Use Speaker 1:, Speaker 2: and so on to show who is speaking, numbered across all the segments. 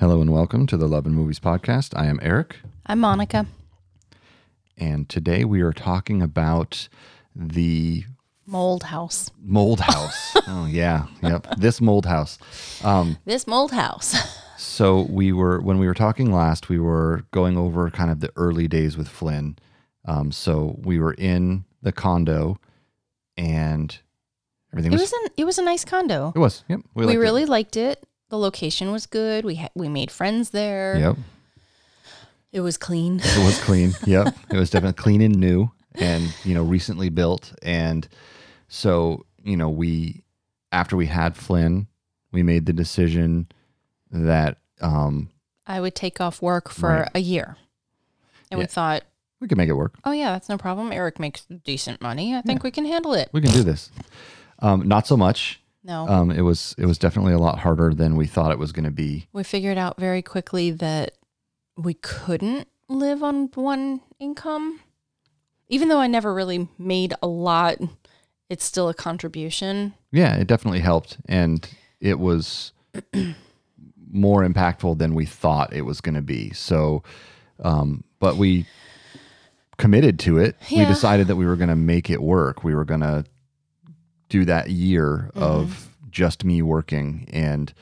Speaker 1: and welcome to the Love and Movies podcast. I am Eric,
Speaker 2: I'm Monica.
Speaker 1: and today we are talking about the
Speaker 2: Mold house.
Speaker 1: mold house. oh yeah, yep. This mold house. Um,
Speaker 2: This mold house.
Speaker 1: So we were when we were talking last, we were going over kind of the early days with Flynn. Um, so we were in the condo, and everything
Speaker 2: It
Speaker 1: was.
Speaker 2: was an it was a nice condo.
Speaker 1: it was. Yep.
Speaker 2: We,
Speaker 1: liked it.
Speaker 2: really liked it. The location was good. We ha- we made friends there.
Speaker 1: Yep.
Speaker 2: It was clean.
Speaker 1: It was clean. yep. It was definitely clean and new and, you know, recently built. And so, you know, we, after we had Flynn, we made the decision that um,
Speaker 2: I would take off work for
Speaker 1: Right.
Speaker 2: a year. And we
Speaker 1: Yeah.
Speaker 2: thought,
Speaker 1: we could make it work.
Speaker 2: oh yeah, that's no problem. Eric makes decent money. I think we can handle it.
Speaker 1: We can do this. Um, not so much.
Speaker 2: No.
Speaker 1: Um, it was it was definitely a lot harder than we thought it was going to be.
Speaker 2: we figured out very quickly that we couldn't live on one income. Even though I never really made a lot, it's still a contribution.
Speaker 1: Yeah, it definitely helped, and it was more impactful than we thought it was going to be. So, um, but we committed to it. We
Speaker 2: Yeah.
Speaker 1: decided that we were going to make it work. We were going to do that year of just me working, and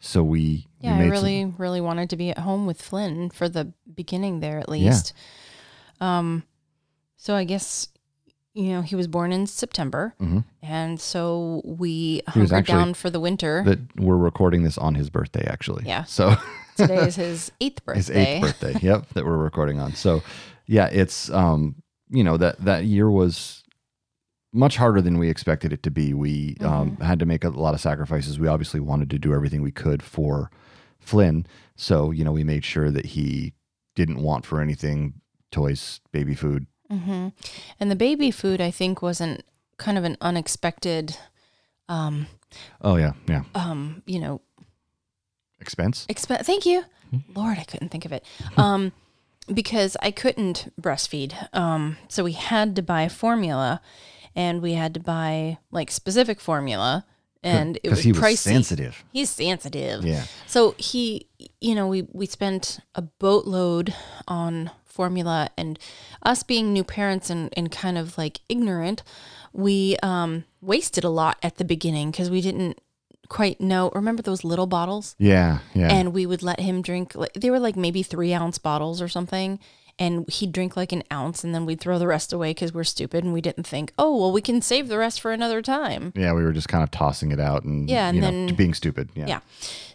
Speaker 1: so we we
Speaker 2: Yeah, I
Speaker 1: some-
Speaker 2: really, really wanted to be at home with Flynn for the beginning there at
Speaker 1: Yeah.
Speaker 2: least. Um, so I guess you know he was born in September,
Speaker 1: Mhm.
Speaker 2: and so we
Speaker 1: He was
Speaker 2: hunkered
Speaker 1: actually-
Speaker 2: down for the winter.
Speaker 1: that we're recording this on his birthday actually.
Speaker 2: Yeah.
Speaker 1: So.
Speaker 2: Today is his eighth birthday.
Speaker 1: his eighth birthday. yep, that we're recording on. So, yeah, it's um, you know that that year was much harder than we expected it to be. We um,
Speaker 2: Mm-hmm.
Speaker 1: had to make a lot of sacrifices. We obviously wanted to do everything we could for Flynn, so you know we made sure that he didn't want for anything toys, baby food.
Speaker 2: hmm And the baby food, I think, was an kind of an unexpected, um,
Speaker 1: Oh yeah, yeah,
Speaker 2: um, you know,
Speaker 1: expense.
Speaker 2: Exp- thank you. Lord, I couldn't think of it.
Speaker 1: Hmm.
Speaker 2: Um, because I couldn't breastfeed. Um, so we had to buy formula and we had to buy like specific formula and it was
Speaker 1: he was
Speaker 2: pricey.
Speaker 1: sensitive.
Speaker 2: He's sensitive.
Speaker 1: Yeah.
Speaker 2: So he, you know, we, we spent a boatload on formula and us being new parents and, and kind of like ignorant, we um, wasted a lot at the beginning because we didn't quite know. Remember those little bottles?
Speaker 1: Yeah, yeah.
Speaker 2: and we would let him drink like they were like maybe three ounce bottles or something and he'd drink like an ounce and then we'd throw the rest away because we're stupid and we didn't think oh well we can save the rest for another time
Speaker 1: yeah, we were just kind of tossing it out and,
Speaker 2: Yeah, and
Speaker 1: you know,
Speaker 2: then-
Speaker 1: being stupid. Yeah.
Speaker 2: Yeah.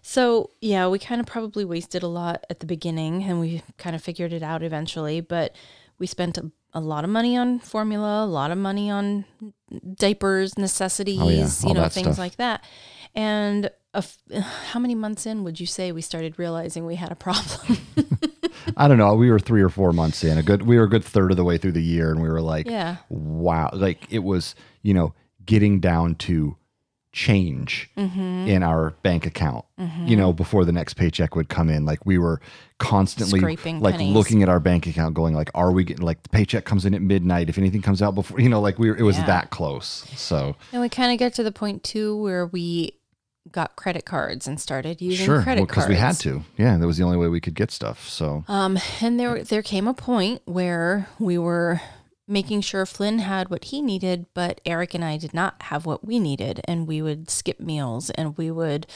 Speaker 2: so yeah we kind of probably wasted a lot at the beginning and we kind of figured it out eventually but we spent a, a lot of money on formula a lot of money on diapers necessities
Speaker 1: Oh, all
Speaker 2: you know
Speaker 1: that
Speaker 2: things
Speaker 1: stuff.
Speaker 2: like that and a f- how many months in would you say we started realizing we had a problem
Speaker 1: I don't know. We were three or four months in. A good, we were a good third of the way through the year, and we were like,
Speaker 2: Yeah.
Speaker 1: wow!" Like it was, you know, getting down to change
Speaker 2: Mm-hmm.
Speaker 1: in our bank account. You know, before the next paycheck would come in, like we were constantly
Speaker 2: Scraping
Speaker 1: like
Speaker 2: pennies.
Speaker 1: looking at our bank account, going like, "Are we getting like the paycheck comes in at midnight? If anything comes out before, you know, like we were, it was
Speaker 2: Yeah.
Speaker 1: that close." So
Speaker 2: And we kind of get to the point too where we got credit cards and started using credit
Speaker 1: well,
Speaker 2: cards
Speaker 1: we had to. Yeah, that was the only way we could get stuff. So
Speaker 2: Um, and there there came a point where we were making sure Flynn had what he needed, but Eric and I did not have what we needed, and we would skip meals and we would,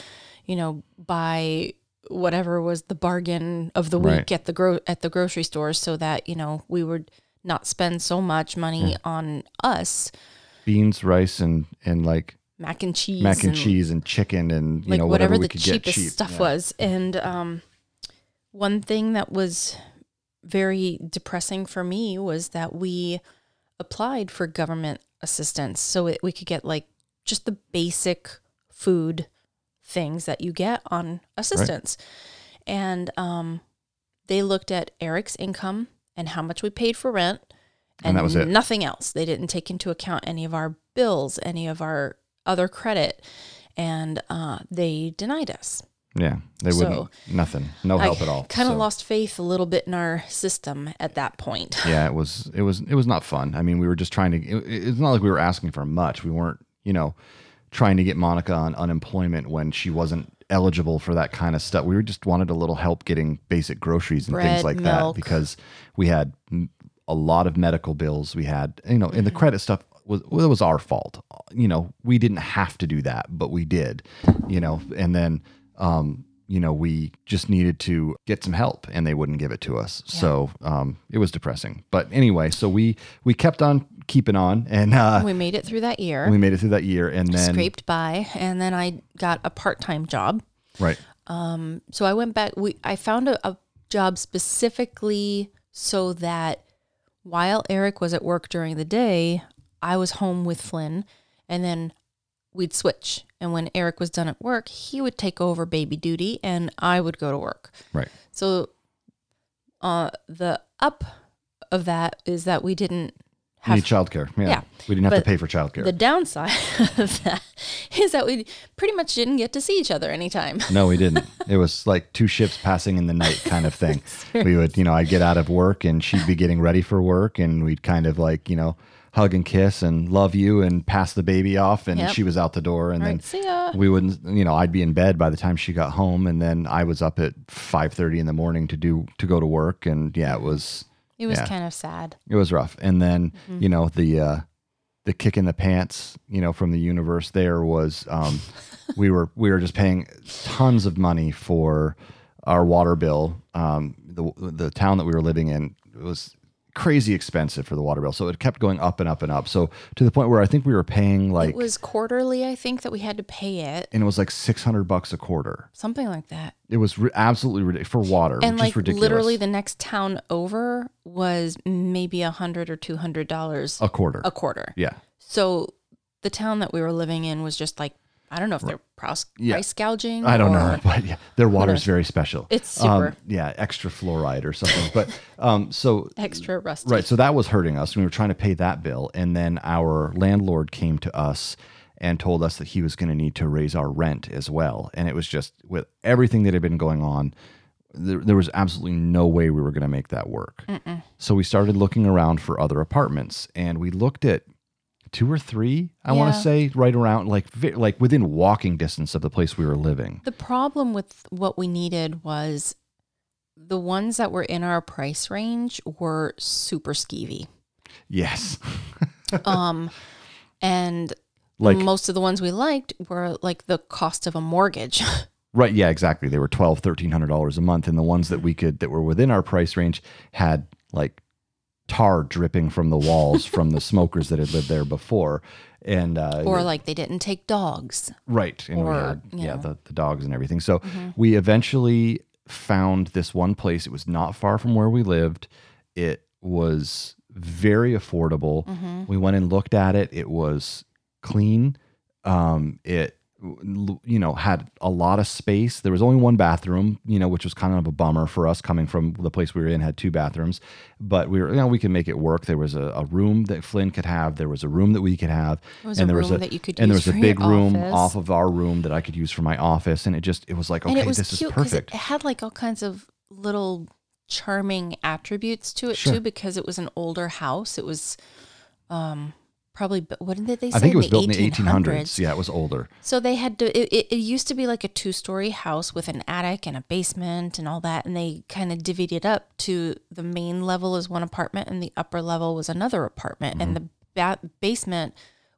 Speaker 2: you know, buy whatever was the bargain of the week
Speaker 1: Right.
Speaker 2: at the gro- at the grocery store, so that you know we would not spend so much money on us
Speaker 1: beans, rice, and and like
Speaker 2: mac and cheese
Speaker 1: mac and cheese and chicken and you
Speaker 2: like
Speaker 1: know
Speaker 2: whatever,
Speaker 1: whatever, we
Speaker 2: the
Speaker 1: could
Speaker 2: cheapest
Speaker 1: get cheap.
Speaker 2: stuff
Speaker 1: Yeah.
Speaker 2: was. And um, one thing that was very depressing for me was that we applied for government assistance so it, we could get like just the basic food things that you get on assistance. And um, they looked at Eric's income and how much we paid for rent.
Speaker 1: And that was it.
Speaker 2: Nothing else. They didn't take into account any of our bills, any of our other credit, and uh, they denied us.
Speaker 1: Yeah, they wouldn't.
Speaker 2: So-
Speaker 1: nothing. No help at all.
Speaker 2: Kind of
Speaker 1: So,
Speaker 2: lost faith a little bit in our system at that point.
Speaker 1: Yeah, it was. It was. It was not fun. I mean, we were just trying to. It, it's not like we were asking for much. We weren't. You know, trying to get Monica on unemployment when she wasn't eligible for that kind of stuff. We were just wanted a little help getting basic groceries and things
Speaker 2: Bread,
Speaker 1: like
Speaker 2: milk.
Speaker 1: that because we had m- a lot of medical bills. We had, you know, and the credit stuff was well, it was our fault. You know, we didn't have to do that, but we did. You know, and then um, you know, we just needed to get some help and they wouldn't give it to us. So um it was depressing. But anyway, so we we kept on keeping on and uh
Speaker 2: we made it through that year,
Speaker 1: we made it through that year and then
Speaker 2: scraped by, and then I got a part time job.
Speaker 1: right
Speaker 2: So I went back. We I found a, a job specifically so that while Eric was at work during the day, I was home with Flynn, and then we'd switch. And when Eric was done at work, he would take over baby duty, and I would go to work.
Speaker 1: right
Speaker 2: So uh, the up of that is that we didn't have
Speaker 1: need childcare. Yeah.
Speaker 2: Yeah.
Speaker 1: We didn't have to
Speaker 2: But
Speaker 1: pay for childcare.
Speaker 2: The downside of that is that we pretty much didn't get to see each other anytime.
Speaker 1: no, we didn't. It was like two ships passing in the night kind of thing. we would, you know, I'd get out of work and she'd be getting ready for work and we'd kind of like, you know, hug and kiss and love you and pass the baby off and
Speaker 2: Yep.
Speaker 1: she was out the door and
Speaker 2: All
Speaker 1: then
Speaker 2: right, see ya.
Speaker 1: we wouldn't you know i'd be in bed by the time she got home and then i was up at 5.30 in the morning to do to go to work and yeah it was
Speaker 2: It was
Speaker 1: Yeah.
Speaker 2: kind of sad.
Speaker 1: it was rough and then
Speaker 2: Mm-hmm.
Speaker 1: you know the uh the kick in the pants you know from the universe there was um we were we were just paying tons of money for our water bill um the the town that we were living in was crazy expensive for the water bill so it kept going up and up and up so to the point where i think we were paying like
Speaker 2: It was quarterly, I think, that we had to pay it,
Speaker 1: and it was like 600 bucks a quarter
Speaker 2: something like that.
Speaker 1: It was ri- absolutely ridiculous for water,
Speaker 2: And
Speaker 1: just
Speaker 2: like
Speaker 1: ridiculous.
Speaker 2: literally, the next town over was maybe a hundred or two hundred dollars
Speaker 1: a quarter.
Speaker 2: a quarter.
Speaker 1: yeah,
Speaker 2: So the town that we were living in was just like I don't know if they're price,
Speaker 1: Yeah.
Speaker 2: price gouging.
Speaker 1: I don't know,
Speaker 2: or-
Speaker 1: but yeah, their water is very special.
Speaker 2: It's
Speaker 1: Um,
Speaker 2: super
Speaker 1: yeah, extra fluoride or something. But um, so
Speaker 2: extra rusty.
Speaker 1: right, so that was hurting us. We were trying to pay that bill, and then our landlord came to us and told us that he was going to need to raise our rent as well. And it was just with everything that had been going on, there, there was absolutely no way we were going to make that work. So we started looking around for other apartments, and we looked at two or three. I want to
Speaker 2: Yeah.
Speaker 1: say right around like vi- like within walking distance of the place we were living.
Speaker 2: The problem with what we needed was the ones that were in our price range were super skeevy.
Speaker 1: Yes,
Speaker 2: Um, and
Speaker 1: like
Speaker 2: most of the ones we liked were like the cost of a mortgage.
Speaker 1: right, yeah, exactly. They were twelve, thirteen hundred dollars a month, and the ones that we could that were within our price range had like tar dripping from the walls from the smokers that had lived there before, and uh,
Speaker 2: or like they didn't take dogs.
Speaker 1: Right. And
Speaker 2: Or, Mm-hmm.
Speaker 1: we had,
Speaker 2: you
Speaker 1: yeah,
Speaker 2: know.
Speaker 1: the, the dogs and everything. So we eventually found this one place. It was not far from where we lived. It was very affordable.
Speaker 2: Mm-hmm.
Speaker 1: We went and looked at it. It was clean. Um, it, you know, had a lot of space. There was only one bathroom, you know, which was kind of a bummer for us coming from the place we were in had two bathrooms, but we were, you know, we could make it work. There was a, a room that Flynn could have. There was a room that we could have.
Speaker 2: It was
Speaker 1: and
Speaker 2: a
Speaker 1: there
Speaker 2: room
Speaker 1: was a,
Speaker 2: that you could
Speaker 1: and there
Speaker 2: use
Speaker 1: was a
Speaker 2: for your
Speaker 1: big room
Speaker 2: office.
Speaker 1: off of our room that I could use for my office, and it just it was like okay,
Speaker 2: and it was
Speaker 1: this
Speaker 2: cute
Speaker 1: is
Speaker 2: it
Speaker 1: perfect.
Speaker 2: had like all kinds of little charming attributes to it
Speaker 1: Sure.
Speaker 2: too because it was an older house. It was um probably bu- what did they say
Speaker 1: I think it was
Speaker 2: in the
Speaker 1: built in the 1800s.
Speaker 2: 1800s.
Speaker 1: Yeah, it was older.
Speaker 2: So they had to, it, it, it used to be like a two story house with an attic and a basement and all that. And they kind of divvied it up to the main level is one apartment and the upper level was another apartment. And
Speaker 1: Mm-hmm.
Speaker 2: the ba- basement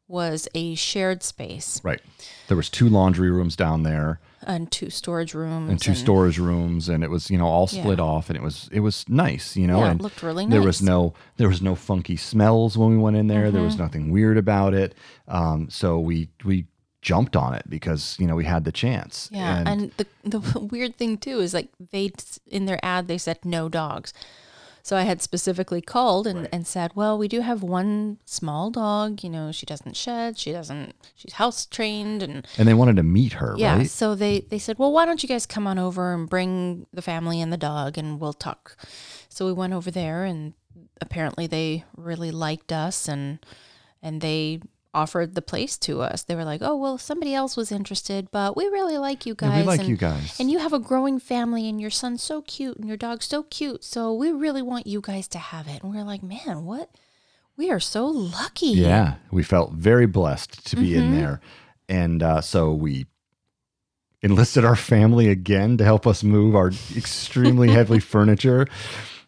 Speaker 2: was a shared space
Speaker 1: Right. There was two laundry rooms down there
Speaker 2: and two storage rooms.
Speaker 1: and two storage rooms, and it was you know all split off, and it was it was nice, you know.
Speaker 2: Yeah, it
Speaker 1: and
Speaker 2: looked really
Speaker 1: There was
Speaker 2: nice.
Speaker 1: no there was no funky smells when we went in there. There was
Speaker 2: Mm-hmm.
Speaker 1: nothing weird about it. Um, so we we jumped on it because you know we had the chance.
Speaker 2: Yeah, and, the the weird thing too is like they in their ad they said no dogs. So I had specifically called and, and said, well, we do have one small dog. You know, she doesn't shed. She doesn't. She's house trained, and
Speaker 1: and they wanted to meet her.
Speaker 2: yeah.
Speaker 1: Right.
Speaker 2: So they they said, well, why don't you guys come on over and bring the family and the dog, and we'll talk. So we went over there, and apparently they really liked us, and and they offered the place to us. They were like, oh well, somebody else was interested, but we really like you guys.
Speaker 1: Yeah, we like
Speaker 2: and,
Speaker 1: you guys.
Speaker 2: and you have a growing family, and your son's so cute, and your dog's so cute. So we really want you guys to have it. And we are like, man, what? We are so lucky.
Speaker 1: Yeah, we felt very blessed to be in there, and uh, so we enlisted our family again to help us move our extremely heavy furniture,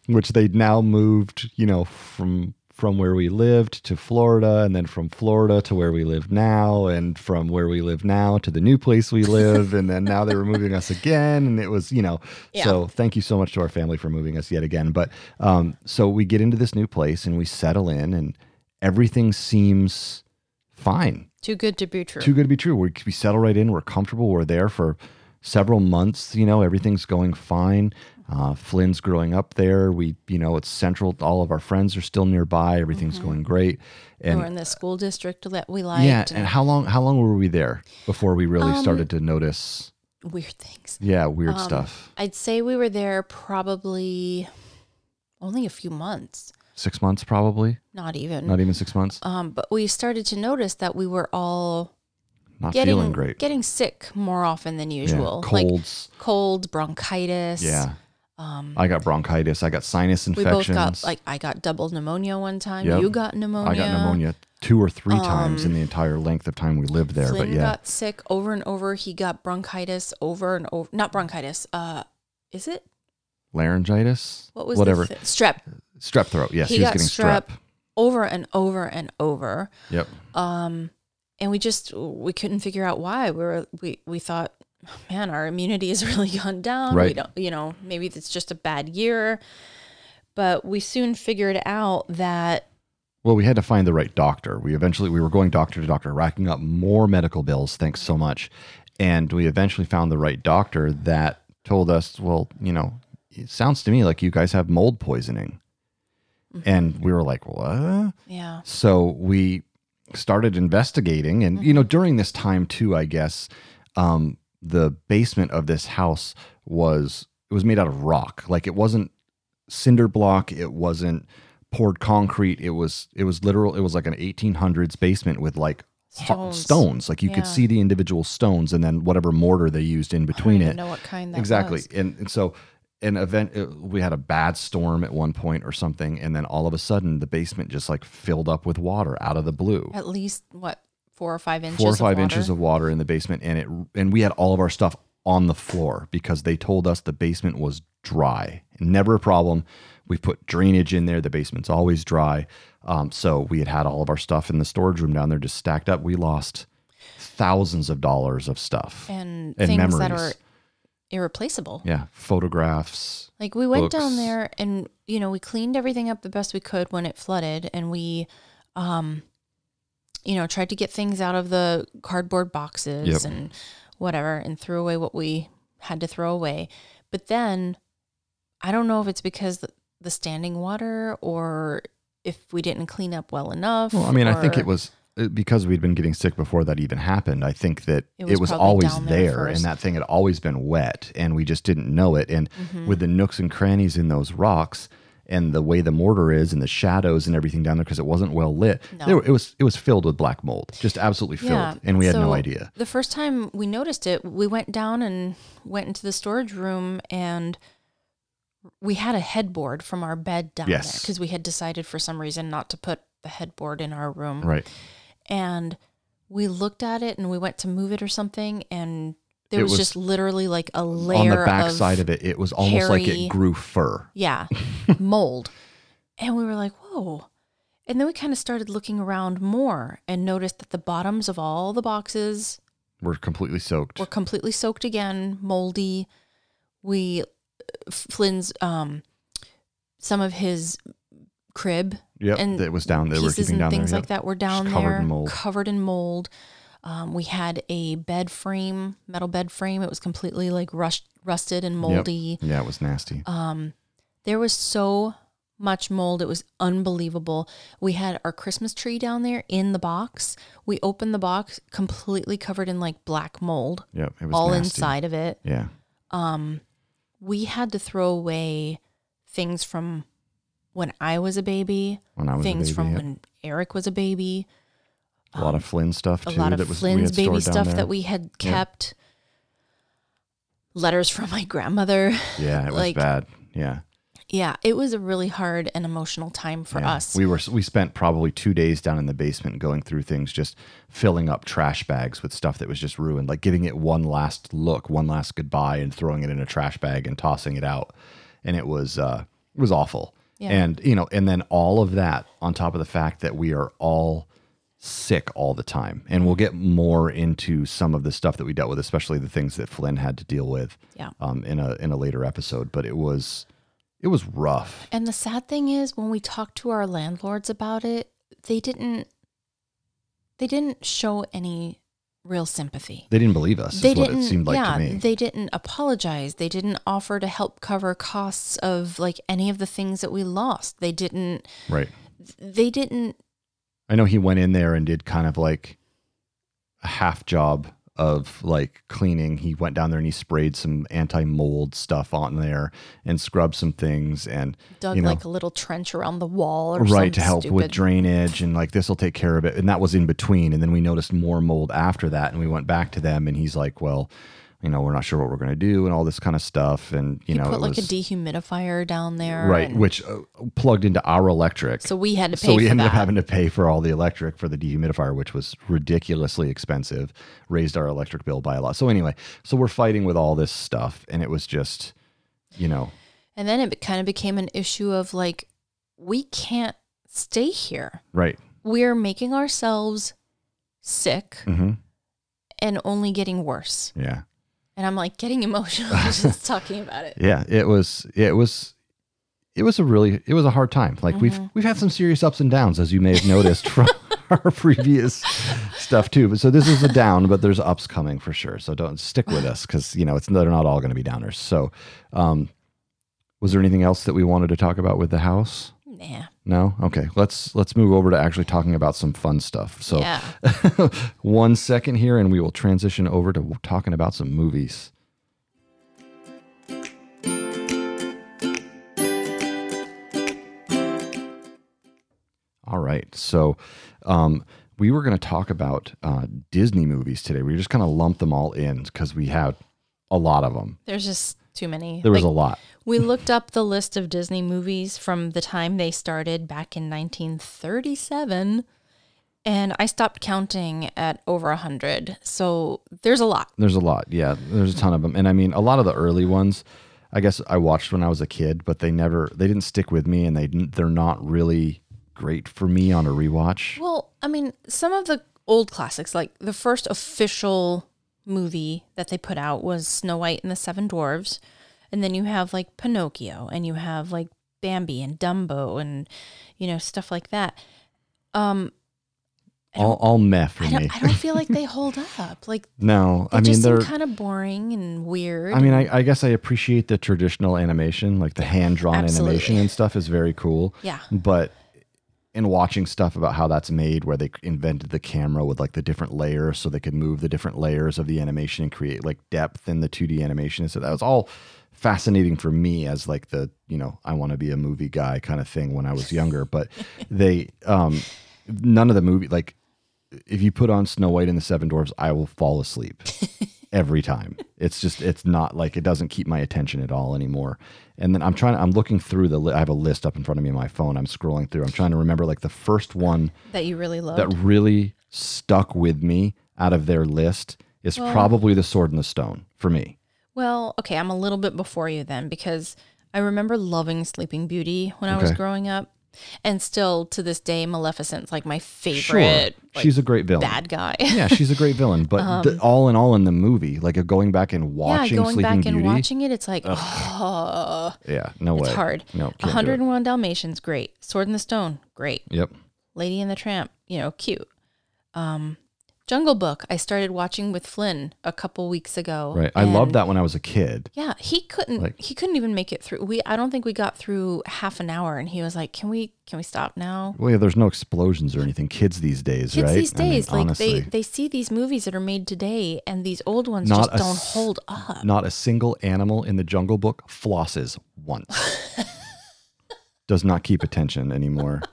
Speaker 1: which they'd now moved, you know, from from where we lived to Florida and then from Florida to where we live now and from where we live now to the new place we live and then now they were moving us again and it was you know so thank you so much to our family for moving us yet again but um so we get into this new place and we settle in and everything seems fine
Speaker 2: Too good to be true.
Speaker 1: too good to be true. We're, we settle right in. We're comfortable. We're there for several months. You know, everything's going fine. Uh, Flynn's growing up there. We, you know, it's central. All of our friends are still nearby. Everything's
Speaker 2: Mm-hmm.
Speaker 1: going great. And
Speaker 2: We're in the school district that we liked.
Speaker 1: yeah,
Speaker 2: and
Speaker 1: and how long? How long were we there before we
Speaker 2: Um,
Speaker 1: really started to notice?
Speaker 2: weird things.
Speaker 1: Yeah,
Speaker 2: um,
Speaker 1: weird stuff.
Speaker 2: I'd say we were there probably only a few months,
Speaker 1: Six months, probably.
Speaker 2: not even.
Speaker 1: Not e- even six months.
Speaker 2: um, but we started to notice that we were all
Speaker 1: Not
Speaker 2: getting
Speaker 1: feeling great.
Speaker 2: getting sick more often than
Speaker 1: Yeah,
Speaker 2: usual. Like
Speaker 1: colds.
Speaker 2: cold, bronchitis.
Speaker 1: yeah. I got bronchitis. I got sinus
Speaker 2: um, We
Speaker 1: infections.
Speaker 2: both got like I got double pneumonia one time.
Speaker 1: Yep.
Speaker 2: You got pneumonia.
Speaker 1: I got pneumonia two or three times in the entire length of time we lived there.
Speaker 2: Flynn
Speaker 1: but yeah,
Speaker 2: Um, got sick over and over. He got bronchitis over and over. Not bronchitis. Uh, is it?
Speaker 1: laryngitis.
Speaker 2: What was the
Speaker 1: whatever
Speaker 2: thi- strep
Speaker 1: strep throat? Yes,
Speaker 2: He
Speaker 1: he, was
Speaker 2: got
Speaker 1: getting
Speaker 2: strep.
Speaker 1: strep.
Speaker 2: over and over and over.
Speaker 1: Yep.
Speaker 2: Um, and we just we couldn't figure out why. We were we we thought, man, our immunity has really gone down. We
Speaker 1: Right.
Speaker 2: don't, you know, maybe it's just a bad year. But we soon figured out that
Speaker 1: Well, we had to find the right doctor. We eventually we were going doctor to doctor, racking up more medical bills. Thanks so much, and we eventually found the right doctor that told us, well, you know, it sounds to me like you guys have mold poisoning,
Speaker 2: Mm-hmm.
Speaker 1: and we were like, what?
Speaker 2: yeah,
Speaker 1: So we started investigating, and you know,
Speaker 2: Mm-hmm.
Speaker 1: during this time too, I guess, um, the basement of this house was it was made out of rock. Like it wasn't cinder block. It wasn't poured concrete. It was it was literal. It was like an 1800s basement with like ho-
Speaker 2: Stones.
Speaker 1: stones. Like you
Speaker 2: Yeah.
Speaker 1: could see the individual stones, and then whatever mortar they used in between
Speaker 2: I
Speaker 1: it
Speaker 2: didn't know what kind that
Speaker 1: exactly
Speaker 2: was.
Speaker 1: and, and so an event uh, we had a bad storm at one point or something and then all of a sudden the basement just like filled up with water out of the blue
Speaker 2: At least what four or five inches.
Speaker 1: four or five
Speaker 2: water?
Speaker 1: inches of water in the basement and it and we had all of our stuff on the floor because they told us the basement was dry never a problem we put drainage in there the basement's always dry um, so we had had all of our stuff in the storage room down there just stacked up we lost thousands of dollars of stuff
Speaker 2: and,
Speaker 1: and
Speaker 2: things that are
Speaker 1: memories.
Speaker 2: irreplaceable.
Speaker 1: yeah photographs
Speaker 2: Like we went down
Speaker 1: books.
Speaker 2: there and you know we cleaned everything up the best we could when it flooded, and we, um, you know, tried to get things out of the cardboard boxes
Speaker 1: Yep.
Speaker 2: and whatever, and threw away what we had to throw away. But then, I don't know if it's because the, the standing water or if we didn't clean up well enough.
Speaker 1: Well, I mean, I think
Speaker 2: or-
Speaker 1: it was uh, because we'd been getting sick before that even happened. I think that it
Speaker 2: It was
Speaker 1: was,
Speaker 2: probably
Speaker 1: always
Speaker 2: down there
Speaker 1: there,
Speaker 2: first.
Speaker 1: and that thing had always been wet, and we just didn't know it. And
Speaker 2: Mm-hmm.
Speaker 1: with the nooks and crannies in those rocks, and the way the mortar is, and the shadows and everything down there, because it wasn't well lit,
Speaker 2: No.
Speaker 1: there, it was it was filled with black mold, just absolutely filled, and we had
Speaker 2: so
Speaker 1: no idea.
Speaker 2: The first time we noticed it, we went down and went into the storage room and we had a headboard from our bed down there
Speaker 1: Yes.
Speaker 2: because we had decided for some reason not to put the headboard in our room.
Speaker 1: Right?
Speaker 2: And we looked at it and we went to move it or something and there
Speaker 1: It
Speaker 2: was,
Speaker 1: was
Speaker 2: just literally like a
Speaker 1: On
Speaker 2: layer
Speaker 1: the back
Speaker 2: of
Speaker 1: side of it, it was almost like
Speaker 2: hairy-
Speaker 1: it grew fur.
Speaker 2: yeah, mold. And we were like, whoa. And then we kind of started looking around more and noticed that the bottoms of all the boxes
Speaker 1: We're completely soaked.
Speaker 2: were completely soaked again, moldy. We Flynn's um some of his crib
Speaker 1: yep,
Speaker 2: and
Speaker 1: that was down. That we're
Speaker 2: pieces
Speaker 1: keeping
Speaker 2: and
Speaker 1: down there.
Speaker 2: things like
Speaker 1: yep.
Speaker 2: that were down
Speaker 1: Just covered
Speaker 2: there,
Speaker 1: in mold.
Speaker 2: covered in mold. Um, we had a bed frame, metal bed frame. It was completely like rushed, rusted and
Speaker 1: Yep.
Speaker 2: moldy.
Speaker 1: Yeah, it was nasty.
Speaker 2: Um, there was so much mold. It was unbelievable. We had our Christmas tree down there in the box. We opened the box completely covered in like black mold,
Speaker 1: yep, it was
Speaker 2: all
Speaker 1: nasty.
Speaker 2: inside of it.
Speaker 1: Yeah.
Speaker 2: Um, we had to throw away things from when I was a baby,
Speaker 1: When I was
Speaker 2: things
Speaker 1: a baby,
Speaker 2: from
Speaker 1: yep.
Speaker 2: when Eric was a baby,
Speaker 1: A lot of Flynn stuff
Speaker 2: Um, a
Speaker 1: too.
Speaker 2: lot
Speaker 1: that
Speaker 2: of
Speaker 1: was, we
Speaker 2: Flynn's
Speaker 1: had stored
Speaker 2: baby
Speaker 1: down
Speaker 2: stuff
Speaker 1: there.
Speaker 2: that we had
Speaker 1: Yeah.
Speaker 2: kept. Letters from my grandmother.
Speaker 1: Yeah, it was
Speaker 2: like-
Speaker 1: bad. Yeah,
Speaker 2: Yeah, it was a really hard and emotional time for
Speaker 1: Yeah.
Speaker 2: us.
Speaker 1: We were we spent probably two days down in the basement going through things, just filling up trash bags with stuff that was just ruined, like giving it one last look, one last goodbye, and throwing it in a trash bag and tossing it out. And it was uh, it was awful.
Speaker 2: Yeah.
Speaker 1: And you know, and then all of that on top of the fact that we are all sick all the time, and we'll get more into some of the stuff that we dealt with, especially the things that Flynn had to deal with
Speaker 2: Yeah.
Speaker 1: um, in a in a later episode. But it was it was rough.
Speaker 2: And the sad thing is when we talked to our landlords about it, they didn't they didn't show any real sympathy.
Speaker 1: They didn't believe us.
Speaker 2: they
Speaker 1: is what it seemed like
Speaker 2: yeah,
Speaker 1: to me.
Speaker 2: they didn't apologize. They didn't offer to help cover costs of like any of the things that we lost. They didn't
Speaker 1: right.
Speaker 2: they didn't
Speaker 1: I know he went in there and did kind of like a half job of like cleaning. He went down there and he sprayed some anti mold stuff on there and scrubbed some things and
Speaker 2: dug
Speaker 1: You know.
Speaker 2: like a little trench around the wall or
Speaker 1: right
Speaker 2: some
Speaker 1: to help with
Speaker 2: stupid-
Speaker 1: drainage and like this will take care of it. And that was in between. And then we noticed more mold after that and we went back to them and he's like, well, you know, we're not sure what we're going to do and all this kind of stuff. And you
Speaker 2: He
Speaker 1: know,
Speaker 2: put
Speaker 1: it
Speaker 2: like
Speaker 1: was
Speaker 2: a dehumidifier down there.
Speaker 1: right,
Speaker 2: and-
Speaker 1: which uh, plugged into our electric.
Speaker 2: so we had to pay
Speaker 1: so we
Speaker 2: for
Speaker 1: ended
Speaker 2: that.
Speaker 1: up having to pay for all the electric for the dehumidifier which was ridiculously expensive raised our electric bill by a lot so anyway so we're fighting with all this stuff and it was just you know
Speaker 2: And then it kind of became an issue of like, we can't stay here.
Speaker 1: right
Speaker 2: We're making ourselves sick
Speaker 1: hmm
Speaker 2: and only getting worse.
Speaker 1: yeah
Speaker 2: And I'm like getting emotional just talking about it.
Speaker 1: yeah it was it was it was a really it was a hard time like we've we've had some serious ups and downs as you may have noticed from our previous stuff too but so this is a down but there's ups coming for sure so don't stick with us because you know it's they're not all going to be downers so um was there anything else that we wanted to talk about with the house
Speaker 2: Nah.
Speaker 1: No. Okay. Let's let's move over to actually talking about some fun stuff. So,
Speaker 2: Yeah.
Speaker 1: one second here, and we will transition over to talking about some movies. All right. So, um, we were going to talk about uh, Disney movies today. We just kind of lumped them all in because we had a lot of them.
Speaker 2: There's just too many.
Speaker 1: There was
Speaker 2: Like,
Speaker 1: a lot.
Speaker 2: we looked up the list of Disney movies from the time they started back in 1937. And I stopped counting at over 100. So there's a lot.
Speaker 1: There's a lot. Yeah, there's a ton of them, and I mean, a lot of the early ones. I guess I watched when I was a kid, but they never they didn't stick with me, and they didn't, they're not really great for me on a rewatch.
Speaker 2: Well, I mean, some of the old classics, like the first official movie that they put out was Snow White and the Seven Dwarves. And then you have like Pinocchio and you have like Bambi and Dumbo and, you know, stuff like that. Um, I
Speaker 1: All all meh for
Speaker 2: I
Speaker 1: me.
Speaker 2: don't, I don't feel like they hold up. Like,
Speaker 1: no,
Speaker 2: they
Speaker 1: I mean
Speaker 2: just
Speaker 1: they're.
Speaker 2: seem kind of boring and weird.
Speaker 1: I mean, I, I guess I appreciate the traditional animation, like the hand drawn
Speaker 2: Absolutely.
Speaker 1: animation and stuff, is very cool.
Speaker 2: yeah.
Speaker 1: but in watching stuff about how that's made where they invented the camera with like the different layers so they could move the different layers of the animation and create like depth in the 2D animation so that was all fascinating for me as like the you know I want to be a movie guy kind of thing when I was younger but they um none of the movie like if you put on Snow White and the Seven Dwarfs I will fall asleep every time. It's just it's not like it doesn't keep my attention at all anymore. And then I'm trying I'm looking through the li- I have a list up in front of me on my phone. I'm scrolling through. I'm trying to remember like the first one
Speaker 2: That you really loved.
Speaker 1: that really stuck with me out of their list is probably The Sword and the Stone for me.
Speaker 2: Well, okay, I'm a little bit before you then because I remember loving Sleeping Beauty when I was
Speaker 1: Okay.
Speaker 2: growing up. And still to this day, Maleficent's like my
Speaker 1: Sure.
Speaker 2: favorite like,
Speaker 1: she's a great villain.
Speaker 2: bad guy.
Speaker 1: Yeah, she's a great villain, but the, all in all in the movie, like going back and
Speaker 2: yeah,
Speaker 1: watching
Speaker 2: going
Speaker 1: Sleeping
Speaker 2: back
Speaker 1: Beauty.
Speaker 2: and watching it, it's like, oh,
Speaker 1: yeah, no way.
Speaker 2: it's hard.
Speaker 1: No, can't do it.
Speaker 2: 101 Dalmatians, great. Sword in the Stone, great.
Speaker 1: Yep.
Speaker 2: Lady and the Tramp, you know, cute. Um, Jungle Book, I started watching with Flynn a couple weeks ago.
Speaker 1: Right. I loved
Speaker 2: and-
Speaker 1: that when I was a kid.
Speaker 2: Yeah, he couldn't.
Speaker 1: Like-
Speaker 2: he couldn't even make it through. We, I don't think we got through half an hour, and he was like, "Can we? Can we stop now?"
Speaker 1: Well, yeah, there's no explosions or anything. Kids these days,
Speaker 2: Kids
Speaker 1: right?
Speaker 2: these
Speaker 1: I mean,
Speaker 2: days, like they they see these movies that are made today, and these old ones
Speaker 1: Not
Speaker 2: just
Speaker 1: a
Speaker 2: don't
Speaker 1: s-
Speaker 2: hold up.
Speaker 1: not a single animal in the Jungle Book flosses once. Does not keep attention anymore.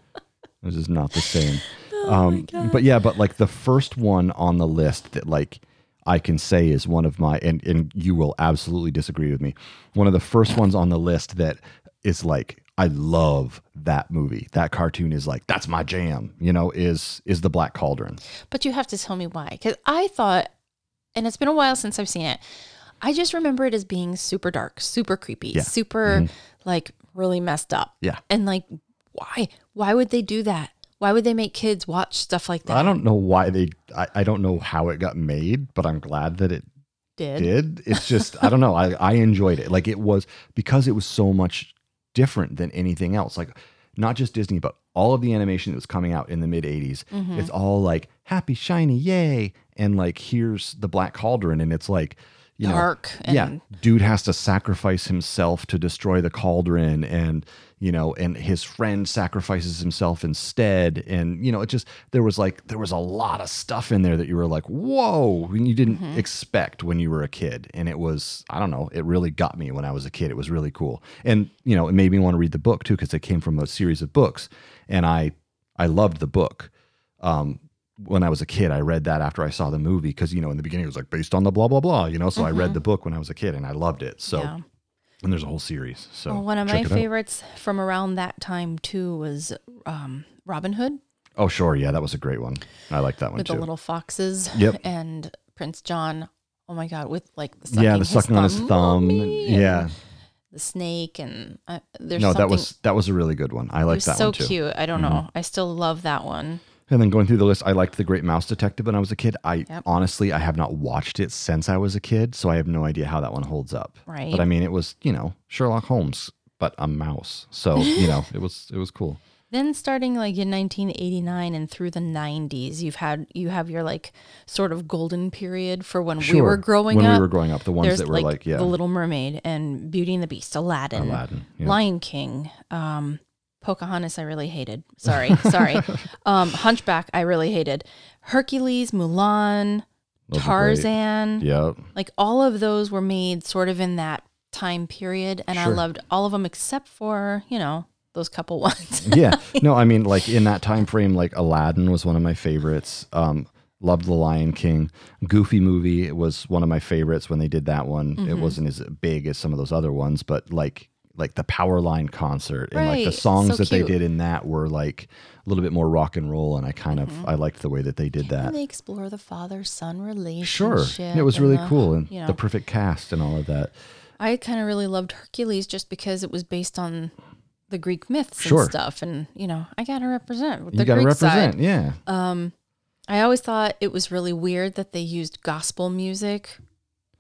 Speaker 1: This is not the same.
Speaker 2: Oh
Speaker 1: um, but yeah, but like the first one on the list that like I can say is one of my and and you will absolutely disagree with me. One of the first ones on the list that is like I love that movie. That cartoon is like that's my jam. You know, is is the Black Cauldron.
Speaker 2: But you have to tell me why. Because I thought, and it's been a while since I've seen it, I just remember it as being super dark, super creepy,
Speaker 1: Yeah. Mm-hmm.
Speaker 2: super like really messed up.
Speaker 1: Yeah.
Speaker 2: And like, why? Why would they do that? Why would they make kids watch stuff like that?
Speaker 1: I don't know why they. I, I don't know how it got made, but I'm glad that it
Speaker 2: did.
Speaker 1: did. It's just I don't know. I I enjoyed it. Like it was because it was so much different than anything else. Like not just Disney, but all of the animation that was coming out in the mid 80s.
Speaker 2: Mhm.
Speaker 1: It's all like happy, shiny, yay, and like here's the black cauldron, and it's like you know,
Speaker 2: Dark. and
Speaker 1: yeah, dude has to sacrifice himself to destroy the cauldron, and you know, and his friend sacrifices himself instead, and you know, it just there was like there was a lot of stuff in there that you were like, whoa, and you didn't expect when you were a kid, and it was I don't know, it really got me when I was a kid. It was really cool, and you know, it made me want to read the book too because it came from a series of books, and I I loved the book. Um, when I was a kid, I read that after I saw the movie because you know in the beginning it was like based on the blah blah blah, you know. So I read the book when I was a kid and I loved it. So
Speaker 2: Mm-hmm. Yeah.
Speaker 1: and there's a whole series. So
Speaker 2: Well, one of
Speaker 1: check
Speaker 2: my
Speaker 1: it out.
Speaker 2: favorites from around that time too was um, Robin Hood
Speaker 1: Oh sure, yeah, that was a great one. I like that one
Speaker 2: with
Speaker 1: too.
Speaker 2: the little foxes
Speaker 1: Yep.
Speaker 2: and Prince John. Oh my God, with like the
Speaker 1: yeah, the
Speaker 2: his
Speaker 1: sucking on his thumb. and-
Speaker 2: Mommy,
Speaker 1: yeah,
Speaker 2: and the snake and uh, there's
Speaker 1: no,
Speaker 2: something
Speaker 1: that was that was a really good one. I
Speaker 2: it
Speaker 1: like
Speaker 2: was
Speaker 1: that
Speaker 2: so
Speaker 1: one too. Mm-hmm.
Speaker 2: cute. I don't know. I still love that one.
Speaker 1: And then going through the list, I liked The Great Mouse Detective when I was a kid. I
Speaker 2: Yep.
Speaker 1: honestly, I have not watched it since I was a kid, so I have no idea how that one holds up.
Speaker 2: Right.
Speaker 1: But I mean, it was you know Sherlock Holmes, but a mouse. So you know, it was it was cool.
Speaker 2: Then starting like in 1989 and through the 90s, you've had you have your like sort of golden period for when we were growing
Speaker 1: when
Speaker 2: up.
Speaker 1: we were growing up, the ones
Speaker 2: There's
Speaker 1: that were
Speaker 2: like,
Speaker 1: like, yeah,
Speaker 2: The Little Mermaid and Beauty and the Beast, Aladdin,
Speaker 1: Aladdin, yeah.
Speaker 2: Lion King, um, Pocahontas. I really hated. Sorry, sorry. Um, Hunchback. I really hated. Hercules, Mulan,
Speaker 1: Those are great.
Speaker 2: Tarzan.
Speaker 1: Yep.
Speaker 2: Like all of those were made sort of in that time period, and I
Speaker 1: Sure.
Speaker 2: loved all of them except for you know those couple ones.
Speaker 1: yeah. No, I mean, like in that time frame, like Aladdin was one of my favorites. Um, loved The Lion King. Goofy movie was one of my favorites when they did that one. It
Speaker 2: Mm-hmm.
Speaker 1: wasn't as big as some of those other ones, but like like the power line concert and like the
Speaker 2: Right.
Speaker 1: songs
Speaker 2: So
Speaker 1: that
Speaker 2: cute.
Speaker 1: they did in that were like a little bit more rock and roll and I kind
Speaker 2: Mm-hmm.
Speaker 1: of I liked the way that they did
Speaker 2: And
Speaker 1: that.
Speaker 2: they explore the father son
Speaker 1: Sure.
Speaker 2: relationship.
Speaker 1: It was
Speaker 2: and
Speaker 1: really
Speaker 2: the-
Speaker 1: cool and
Speaker 2: you know.
Speaker 1: the perfect cast and all of that.
Speaker 2: I kind of really loved Hercules just because it was based on the Greek myths
Speaker 1: Sure.
Speaker 2: and stuff, and you know I gotta represent with
Speaker 1: You
Speaker 2: the
Speaker 1: got to
Speaker 2: Greek
Speaker 1: represent.
Speaker 2: side.
Speaker 1: Yeah.
Speaker 2: Um, I always thought it was really weird that they used gospel music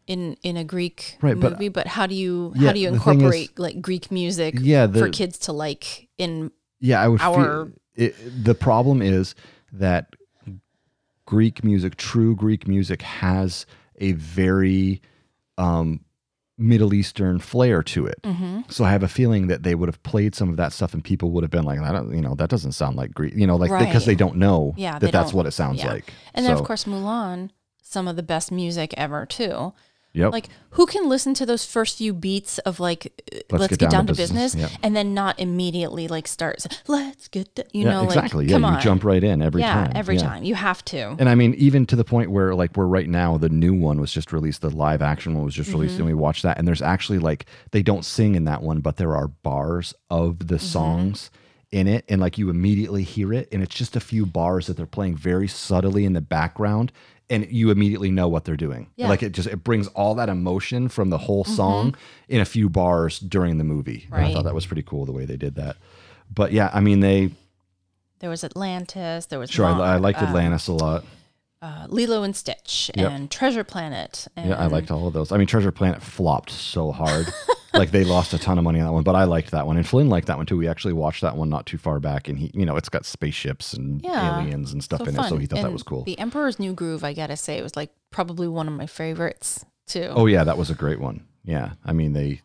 Speaker 2: in in a Greek
Speaker 1: Right, but-
Speaker 2: movie, but, how do you
Speaker 1: Yeah,
Speaker 2: how do you
Speaker 1: the thing is-
Speaker 2: incorporate like Greek music
Speaker 1: Yeah, the-
Speaker 2: for kids to like in
Speaker 1: Yeah, I would.
Speaker 2: our-
Speaker 1: feel, it, the problem is that Greek music, true Greek music, has a very um, Middle Eastern flair to it.
Speaker 2: Mm-hmm.
Speaker 1: So I have a feeling that they would have played some of that stuff, and people would have been like, "I don't, you know, that doesn't sound like Greek," you know, like because
Speaker 2: Right.
Speaker 1: they don't know
Speaker 2: Yeah, they
Speaker 1: that that's
Speaker 2: don't-
Speaker 1: what it sounds
Speaker 2: yeah.
Speaker 1: like.
Speaker 2: and then
Speaker 1: So,
Speaker 2: of course Mulan, some of the best music ever too.
Speaker 1: yep,
Speaker 2: Like who can listen to those first few beats of like let's, get, down, to business,
Speaker 1: yeah.
Speaker 2: and then not immediately like start let's get do-" you
Speaker 1: yeah,
Speaker 2: know
Speaker 1: exactly.
Speaker 2: like
Speaker 1: yeah,
Speaker 2: come
Speaker 1: you
Speaker 2: on
Speaker 1: jump right in every
Speaker 2: yeah
Speaker 1: time.
Speaker 2: every time you have to
Speaker 1: And I mean, even to the point where, like, we're right now, the new one was just released, the live action one was just released,
Speaker 2: Mm-hmm.
Speaker 1: and we watched that. And there's actually, like, they don't sing in that one, but there are bars of
Speaker 2: Mm-hmm.
Speaker 1: the songs in it. And, like, you immediately hear it. And it's just a few bars that they're playing very subtly in the background. And you immediately know what they're doing.
Speaker 2: Yeah. Mm-hmm.
Speaker 1: Like, it just it brings all that emotion from the whole song in a few bars during the movie. And I
Speaker 2: Right.
Speaker 1: thought that was pretty cool the way they did that. But yeah, I mean, they
Speaker 2: there was Atlantis there was
Speaker 1: sure,
Speaker 2: Mon-
Speaker 1: I, I liked
Speaker 2: uh,
Speaker 1: Atlantis a lot.
Speaker 2: uh, Lilo and Stitch
Speaker 1: Yep.
Speaker 2: and Treasure Planet and
Speaker 1: Yeah, I liked all of those. I mean, Treasure Planet flopped so hard. like they lost a ton of money on that one, but I liked that one. And Flynn liked that one too. We actually watched that one not too far back and he, you know, it's got spaceships and
Speaker 2: Yeah.
Speaker 1: aliens and stuff
Speaker 2: so
Speaker 1: in
Speaker 2: fun.
Speaker 1: it, so he thought that
Speaker 2: And
Speaker 1: was cool.
Speaker 2: The Emperor's New Groove I gotta say was like probably one of my favorites too
Speaker 1: oh yeah, that was a great one. Yeah. I mean, they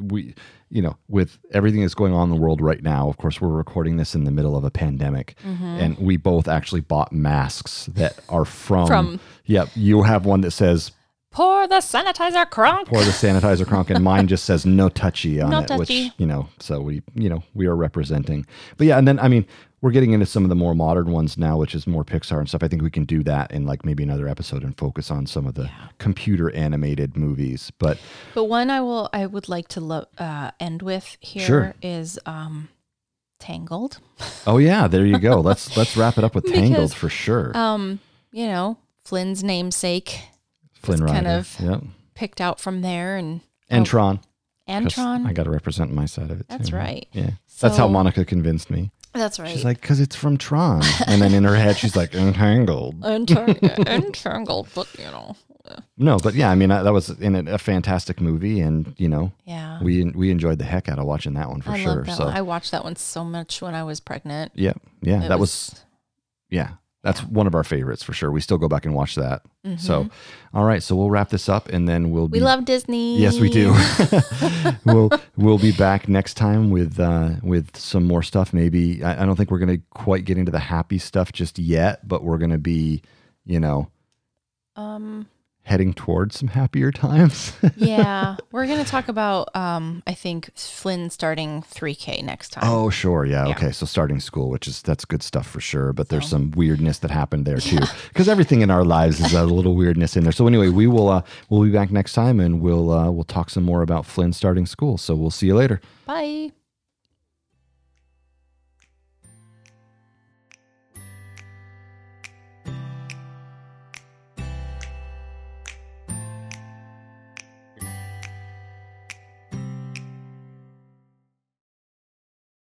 Speaker 1: we you know, with everything that's going on in the world right now, of course, we're recording this in the middle of a pandemic
Speaker 2: Mm-hmm.
Speaker 1: and we both actually bought masks that are from,
Speaker 2: From-
Speaker 1: Yeah, you have one that says
Speaker 2: Pour the sanitizer crunk.
Speaker 1: pour the sanitizer cronk and mine just says no touchy on
Speaker 2: No
Speaker 1: it which
Speaker 2: touchy.
Speaker 1: you know so we you know we are representing but yeah and then i mean we're getting into some of the more modern ones now which is more pixar and stuff i think we can do that in like maybe another episode and focus on some of the computer animated movies but
Speaker 2: But one I will I would like to lo- uh, end with here is
Speaker 1: Sure.
Speaker 2: um, Tangled.
Speaker 1: oh yeah there you go let's let's wrap it up with
Speaker 2: Because,
Speaker 1: tangled for sure
Speaker 2: Um, you know, Flynn's namesake
Speaker 1: flynn rider
Speaker 2: kind of-
Speaker 1: yeah
Speaker 2: picked out from there and
Speaker 1: and tron 'cause
Speaker 2: Antron.
Speaker 1: i gotta represent my side of it
Speaker 2: That's
Speaker 1: too.
Speaker 2: right.
Speaker 1: yeah that's how
Speaker 2: So-
Speaker 1: monica convinced me
Speaker 2: That's right.
Speaker 1: she's like because it's from tron and then in her head she's like entangled
Speaker 2: Entang- entangled, but you know.
Speaker 1: No, but yeah, I mean I, that was in a, a fantastic movie, and you know
Speaker 2: Yeah.
Speaker 1: we we enjoyed the heck out of watching that one for
Speaker 2: Oh. I
Speaker 1: sure.
Speaker 2: love that
Speaker 1: so
Speaker 2: one. I watched that one so much when I was pregnant.
Speaker 1: yeah, yeah,
Speaker 2: It
Speaker 1: that was, yeah, that's one of our favorites for sure. We still go back and watch that. So, all right, so we'll wrap this up, and then we'll
Speaker 2: Mm-hmm. We
Speaker 1: be
Speaker 2: love Disney.
Speaker 1: yes, we do. we'll we'll be back next time with uh, with some more stuff. Maybe I, I don't think we're gonna quite get into the happy stuff just yet, but we're gonna be you know
Speaker 2: Um
Speaker 1: heading towards some happier times.
Speaker 2: yeah, we're going to talk about um I think Flynn starting 3K next time.
Speaker 1: Oh, sure. Yeah.
Speaker 2: Yeah.
Speaker 1: Okay. So starting school, which is that's good stuff for sure. But there's
Speaker 2: So-
Speaker 1: some weirdness that happened there too, because everything in our lives is a little weirdness in there. So anyway, we will uh, we'll be back next time, and we'll uh, we'll talk some more about Flynn starting school. So we'll see you later.
Speaker 2: Bye.